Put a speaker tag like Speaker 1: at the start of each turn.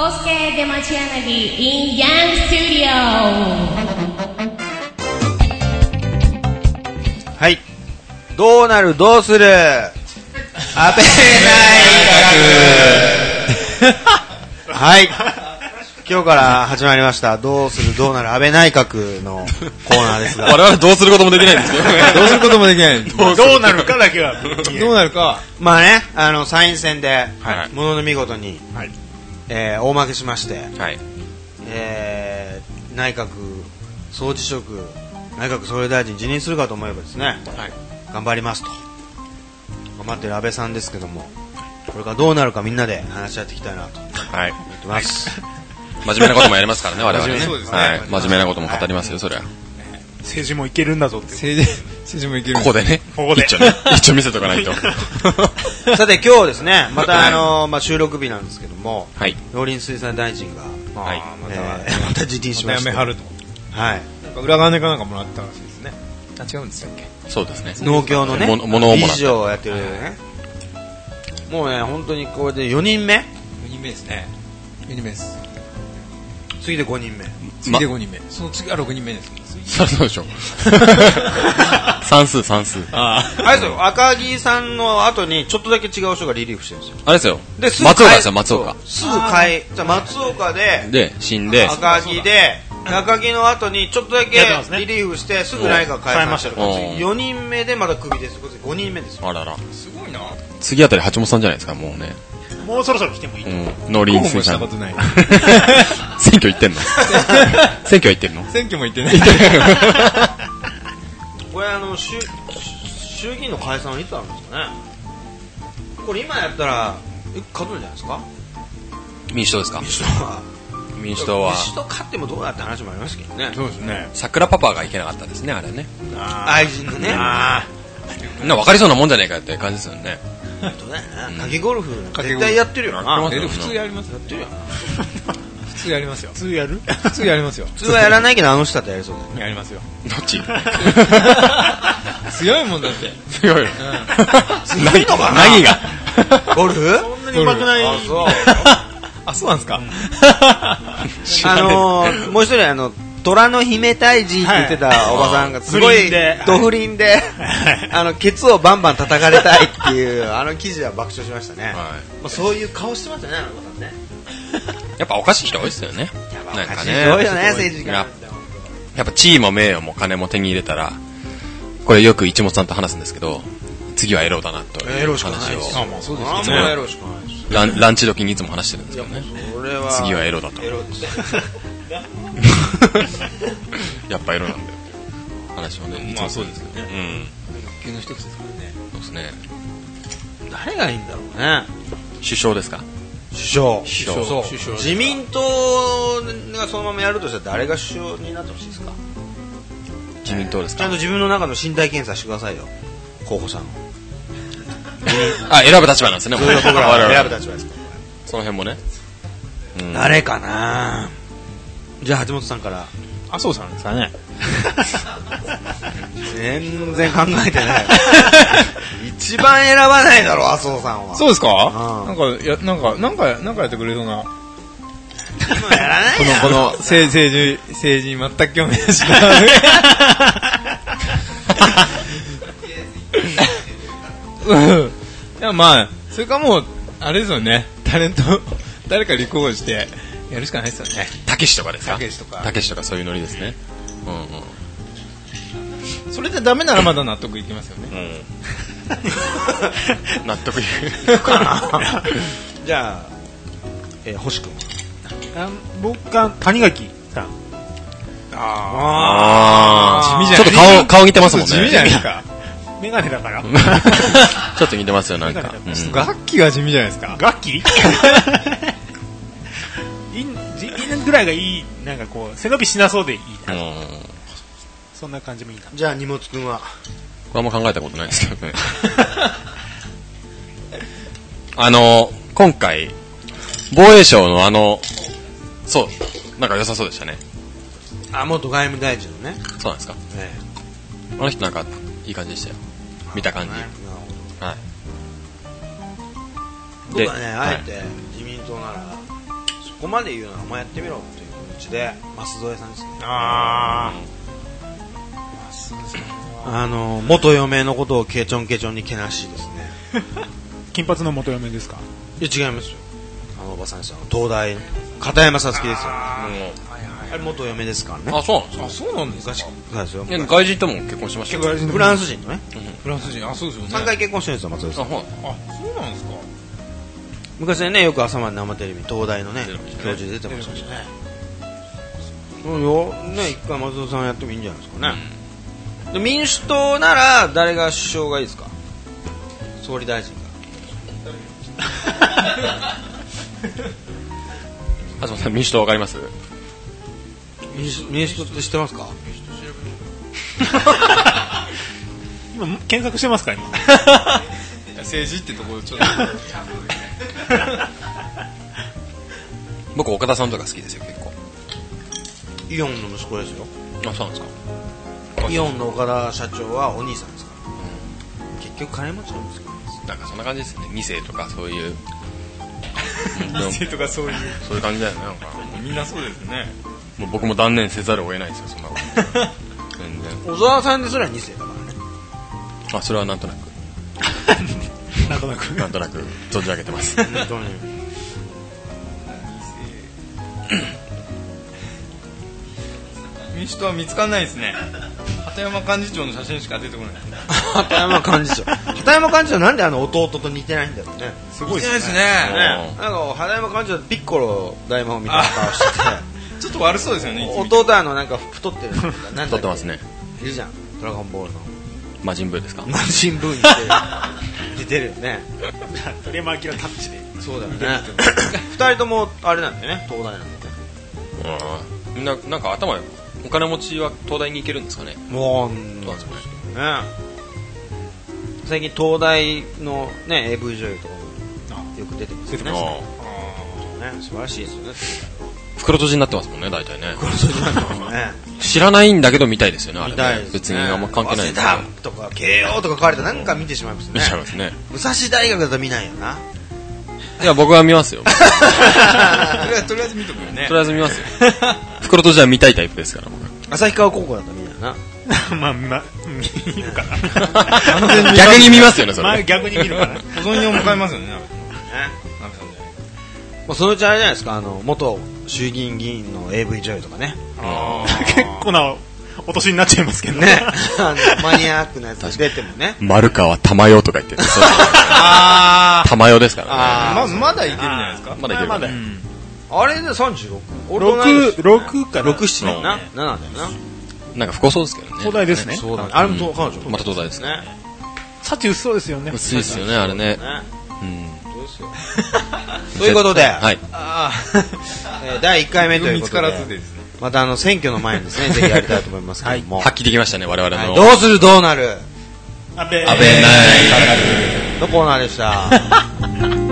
Speaker 1: Kosuke Demachianagi in Yang Studio.
Speaker 2: はい。どうなるどうする当て内閣はい。今日から始まりました。どうするどうなる安倍内閣のコーナーですが。
Speaker 3: 我々どうすることもできないんです けどね。
Speaker 4: どうすることもできない。
Speaker 5: どうなるかだけは。
Speaker 4: どうなるか。
Speaker 2: まあね、あの、参院選で
Speaker 3: はい、
Speaker 2: ものの見事に、
Speaker 5: はい
Speaker 2: えー大負けしまして、
Speaker 3: はい。
Speaker 2: えー内閣総辞職、内閣総理大臣辞任するかと思えばですね、
Speaker 3: はい
Speaker 2: 頑張りますと。頑張ってる安倍さんですけども、これからどうなるかみんなで話し合っていきたいなと思
Speaker 3: はい。
Speaker 2: ってます。
Speaker 3: 真面目なこともやりますからね、我々ね。
Speaker 4: そうですね
Speaker 3: はい。真面目なことも語りますよ、そりゃ。
Speaker 5: 政治もいけるんだぞって。
Speaker 4: 政治、政治もいける。
Speaker 3: ここでね。
Speaker 5: ここで
Speaker 3: 一応ね。一応見せとかないと。
Speaker 2: さて今日ですね、またあのまあ収録日なんですけども、
Speaker 3: はい。
Speaker 2: 農林水産大臣が、
Speaker 3: はい。
Speaker 4: ま
Speaker 2: え
Speaker 4: た、
Speaker 2: ー また辞任し
Speaker 4: ま
Speaker 2: まし
Speaker 4: た辞
Speaker 2: た。
Speaker 4: めはると。
Speaker 2: はい。
Speaker 4: なんか裏金かなんかもらったらしいですね。あ、違うんですよっけ。
Speaker 3: そうですね。
Speaker 2: 農協のね、
Speaker 3: も物をもらった
Speaker 2: 理事をやってるね。もうね、本当にこれで4人目
Speaker 4: 4人目ですね。4人目です。
Speaker 2: 次で5人目。
Speaker 4: 次で5人目。その次が6人目です。
Speaker 3: そりゃそうでしょ。算数、算数。
Speaker 4: あ
Speaker 2: あれですよ、赤木さんの後にちょっとだけ違う人がリリーフしてるんですよ。
Speaker 3: あれですよ。
Speaker 2: で、
Speaker 3: 松
Speaker 2: ぐ
Speaker 3: 岡
Speaker 2: 変え
Speaker 3: ですよ、松岡
Speaker 2: そ。うすぐ変え、じゃあ松岡で、
Speaker 3: で、死んで、
Speaker 2: 赤木で、赤木の後にちょっとだけリリーフして、すぐ内閣変えましたか
Speaker 3: うん
Speaker 2: ら、次4人目でまだ首です。これで5人目ですよ。
Speaker 3: あらら。
Speaker 4: すごいな。
Speaker 3: 次あたり橋本さんじゃないですか、もうね。
Speaker 5: もうそろそろ来てもいい。
Speaker 3: うん。農林
Speaker 4: 候補も
Speaker 3: 水
Speaker 4: した
Speaker 3: 産
Speaker 4: こ。と ない。
Speaker 3: 選挙行ってんの選挙行ってんの
Speaker 4: 選挙も行ってない。
Speaker 2: これあの衆衆議院の解散はいつあるんですかねこれ今やったらえ勝つんじゃないですか
Speaker 3: 民主党ですか
Speaker 2: 民主党は
Speaker 3: 民主党は
Speaker 2: 民、主党勝ってもどうだって話もありますけどね
Speaker 4: そうですね。
Speaker 3: 桜パパが行けなかったですね、あれね。
Speaker 2: 愛人のねあ
Speaker 3: な分かりそうなもんじゃねえかよって感じですよね。
Speaker 2: あとねかけゴルフなんか
Speaker 4: かけ
Speaker 2: 絶
Speaker 4: ゴルフ
Speaker 2: 対やってるよ
Speaker 3: やっ
Speaker 2: な
Speaker 3: て
Speaker 4: え、普通やりますやってるやん。 普通やりますよ。
Speaker 5: 普通やる
Speaker 4: 普通やりますよ。
Speaker 2: 普通はやらないけどあの人だってやりそう だよ
Speaker 4: やりますよ。
Speaker 3: どっ ち
Speaker 4: 強いもんだって。
Speaker 3: 強い。
Speaker 2: 強いのかな
Speaker 3: 何が
Speaker 2: ゴルフ
Speaker 5: そんなに上手くない。
Speaker 2: あそう
Speaker 4: あ、そうなんですか。
Speaker 2: あのーもう一人あの虎の姫退治って言ってたおばさんがすご
Speaker 5: 不倫
Speaker 2: い
Speaker 5: で
Speaker 2: ド不倫で
Speaker 5: い、
Speaker 2: あの、ケツをバンバン叩かれたいっていう、あの記事は爆笑しましたね。
Speaker 3: は
Speaker 2: まあ、そういう顔してましたね、あの方ね。
Speaker 3: やっぱおかしい人多いですよね。なんかね。
Speaker 2: 多いよね、政治家
Speaker 3: や。やっぱ地位も名誉も金も手に入れたら、これよく一元さんと話すんですけど、次はエロだなという話を、
Speaker 5: あ、もうそうです。
Speaker 2: あんまやろうしかないし。
Speaker 3: ランランチ時にいつも話してるんですけどね。
Speaker 2: それは、
Speaker 3: 次はエロだと
Speaker 2: エロって。
Speaker 3: やっぱエロなんだよっていう話をね。
Speaker 4: まあそうですよ
Speaker 3: う
Speaker 4: ね。
Speaker 3: ん。
Speaker 4: 欲求の一つですからね。
Speaker 3: そうですね。
Speaker 2: 誰がいいんだろうね。
Speaker 3: 首相ですか
Speaker 2: 首相。
Speaker 3: 首相。
Speaker 4: 首相
Speaker 2: 自民党がそのままやるとしたら誰が首相になってほしいですか
Speaker 3: 自民党です
Speaker 2: ちゃん
Speaker 3: か
Speaker 2: と自分の中の身体検査してくださいよ。候補者の。
Speaker 3: あ、選ぶ立場なんですね、もう
Speaker 2: 僕 ら
Speaker 3: 我々
Speaker 2: は選ぶ立場ですから。
Speaker 3: その辺もね。うん
Speaker 2: 誰かなじゃあ橋本さん から
Speaker 4: 麻生さんですかね。
Speaker 2: 全然考えて ない一番選ばないだろ麻生さんは
Speaker 4: そうですか
Speaker 2: うん
Speaker 4: なんか、や、なんか、なんか、なんかやってくれそうな。
Speaker 2: うやらない
Speaker 4: この、この、政政治、政治に全く興味ないし うん。いや、まあ、それかもう、あれですよね、タレント、誰か立候補して、やるしかないですよね。
Speaker 3: たけしとかですか
Speaker 4: たけしとか
Speaker 3: たけしとかそういうノリですね。うんうん。
Speaker 4: それでダメならまだ納得いきますよね。
Speaker 3: 納得いくか
Speaker 2: じゃあ、えー、星君
Speaker 5: あ僕が谷垣さん。
Speaker 3: あ
Speaker 4: 地味
Speaker 3: ー
Speaker 4: じゃ
Speaker 3: ちょっ
Speaker 4: ない
Speaker 3: と顔、顔似てますもんね。
Speaker 4: 地味じゃないですか。
Speaker 5: メガネだか ら。
Speaker 3: ちょっと似てますよ、なん
Speaker 5: メ
Speaker 3: か
Speaker 5: ガネ。
Speaker 3: うん
Speaker 4: 楽器が地味じゃないですか。
Speaker 5: ガッ キーいんじいいぐらいがいい、なんかこう、背伸びしなそうでいいな。
Speaker 3: うん
Speaker 5: そんな感じもいいな。
Speaker 2: じゃあ荷物君は
Speaker 3: これも考えたことないですけ どね。あの、今回、防衛省のあの、そう、なんか良さそうでしたね。
Speaker 2: あ元外務大臣のね、
Speaker 3: そうなんですか。
Speaker 2: え
Speaker 3: あの人なんか、いい感じでしたよ。見た感じ。はい。
Speaker 2: 僕はね、
Speaker 3: はい
Speaker 2: あえて自民党ならこまで言うならお前やってみろという気持ちで舛添さんですね
Speaker 4: あ
Speaker 2: あの元嫁のことをケチョンケチョンにけなしですね
Speaker 5: 金髪の元嫁ですか
Speaker 2: いや違いますよあのおばさんですよ東大の片山さつきですよあれ元嫁ですからね
Speaker 3: あ、そうなんですか
Speaker 4: あそうなんですか
Speaker 2: そうですよ
Speaker 3: いや外人とも結婚しましたよ。
Speaker 2: フランス人のね
Speaker 4: フランス人あそうですよね
Speaker 2: 3回結婚してるんですよ松尾
Speaker 3: あ、
Speaker 2: さん
Speaker 3: ほら。
Speaker 4: あそうなんですか
Speaker 2: 昔ねよく朝まで生テレビ東大のね
Speaker 3: テレビね
Speaker 2: 教授出てましたしねそうよね一回松尾さんやってもいいんじゃないですかね、で民主党なら誰が首相がいいですか総理大臣が
Speaker 3: あ、そうさん、民主党わかります
Speaker 2: 民主民主党って知ってますか
Speaker 5: 今検索してますか今
Speaker 4: 政治ってところちょっと
Speaker 3: 僕、岡田さんとか好きですよ、結構。
Speaker 2: イオンの息子ですよ
Speaker 3: あ、そうなんですか。
Speaker 2: イオンの岡田社長はお兄さんですから、結局金持ちの息子なんですよ
Speaker 3: なんかそんな感じですよね。二世とかそういう。
Speaker 4: 政治とかそういう
Speaker 3: そういう感じだよね、なんか。
Speaker 4: みんなそうですね
Speaker 3: もう僕も断念せざるを得ないですよ、そんなこと。全然。
Speaker 2: 小沢さんですら2世だからね
Speaker 3: あ、それはなんとなく、
Speaker 5: なんとなく
Speaker 3: なんとなく存じ上げてます。
Speaker 2: 本当に
Speaker 4: 民主党は見つかんないですね鳩山幹事長の写真しか出てこ ない
Speaker 2: 片山幹事長片山幹事長なんであの弟と似てないんだろうね
Speaker 4: すごい
Speaker 2: 似てない
Speaker 4: です
Speaker 2: ね
Speaker 4: ね
Speaker 2: なんか片山幹事長ピッコロ大魔王みたいな顔して
Speaker 4: ちょっと悪そうですよねいつ
Speaker 2: て
Speaker 4: 見ても
Speaker 2: 弟はあのなんか太って るなんだっけ
Speaker 3: 撮ってますね。
Speaker 2: いるじゃんドラゴンボールの
Speaker 3: 魔人ブーですか
Speaker 2: 満身ブーに似てる似てるよ ね
Speaker 5: 鳥山明タッチで
Speaker 2: そうだよね 二人ともあれなんだよね東大なんだよね
Speaker 3: うんみんな、なんか頭、お金持ちは東大に行けるんですかね
Speaker 2: もうん
Speaker 3: そうなんですよね
Speaker 2: 最近東大のね AV 女優とかもよく出てますよね
Speaker 3: あ
Speaker 2: ね素晴らしいですよね
Speaker 3: 袋閉じになってますもんね、大体ね。
Speaker 2: ね
Speaker 3: 知らないんだけど見たいですよね、あれ
Speaker 2: 見たい
Speaker 3: ね
Speaker 2: で。す
Speaker 3: 別
Speaker 2: ね
Speaker 3: にあんま関係ない
Speaker 2: 早
Speaker 3: ん
Speaker 2: 稲
Speaker 3: で
Speaker 2: 田とか慶応とか書かれたらなんか見てしまいますよね
Speaker 3: 見ちゃいますね。
Speaker 2: 武蔵大学だと見ないよ な
Speaker 3: いや、僕は見ますよ。
Speaker 4: とりあえずとりあえず見とくよね
Speaker 3: とりあえず見ますよ。袋とじは見たいタイプですから、僕
Speaker 2: 旭川高校だと見ないよな
Speaker 5: まあ、ま、見るかな。
Speaker 3: 逆に見ますよね、そ
Speaker 5: まあ、
Speaker 3: れ。
Speaker 5: 逆に見るかな。
Speaker 4: 保存用迎えますよねなんか
Speaker 2: もうそのうちあれじゃないですかあの元衆議院議員の AV 女優とかね
Speaker 4: あ
Speaker 5: 結構な、お年になっちゃいますけど
Speaker 2: ね あのマニアックなやつが出てもね
Speaker 3: 丸川玉代とか言ってる。そうです
Speaker 2: あ
Speaker 3: 玉代ですからね。
Speaker 2: あ
Speaker 4: ままだいけるんじゃないですか
Speaker 3: まだいける。
Speaker 5: まあまだ
Speaker 2: あれで 36? 俺と同い年
Speaker 5: 6、六かな。
Speaker 2: 67だよな7だよな
Speaker 3: なんか深そうですけどね。
Speaker 5: 東大ですね。
Speaker 2: そうだねあれもそう彼女
Speaker 3: また東大ですね。
Speaker 5: 幸薄そうですよね。
Speaker 3: 薄いですよね、あれね。
Speaker 2: ね
Speaker 3: うん。
Speaker 2: そうですよということで
Speaker 3: はい。
Speaker 4: あ
Speaker 2: えー第1回目という
Speaker 4: 見
Speaker 2: こ
Speaker 4: つ
Speaker 2: と
Speaker 4: から
Speaker 2: で
Speaker 4: ずですね
Speaker 2: またあの選挙の前にですねぜひやりたいと思いますけども、
Speaker 3: 発揮できましたね、我々
Speaker 2: はい
Speaker 3: の。
Speaker 2: どうするどうなる
Speaker 5: 安倍
Speaker 3: 安倍内閣。
Speaker 2: のコーナーでした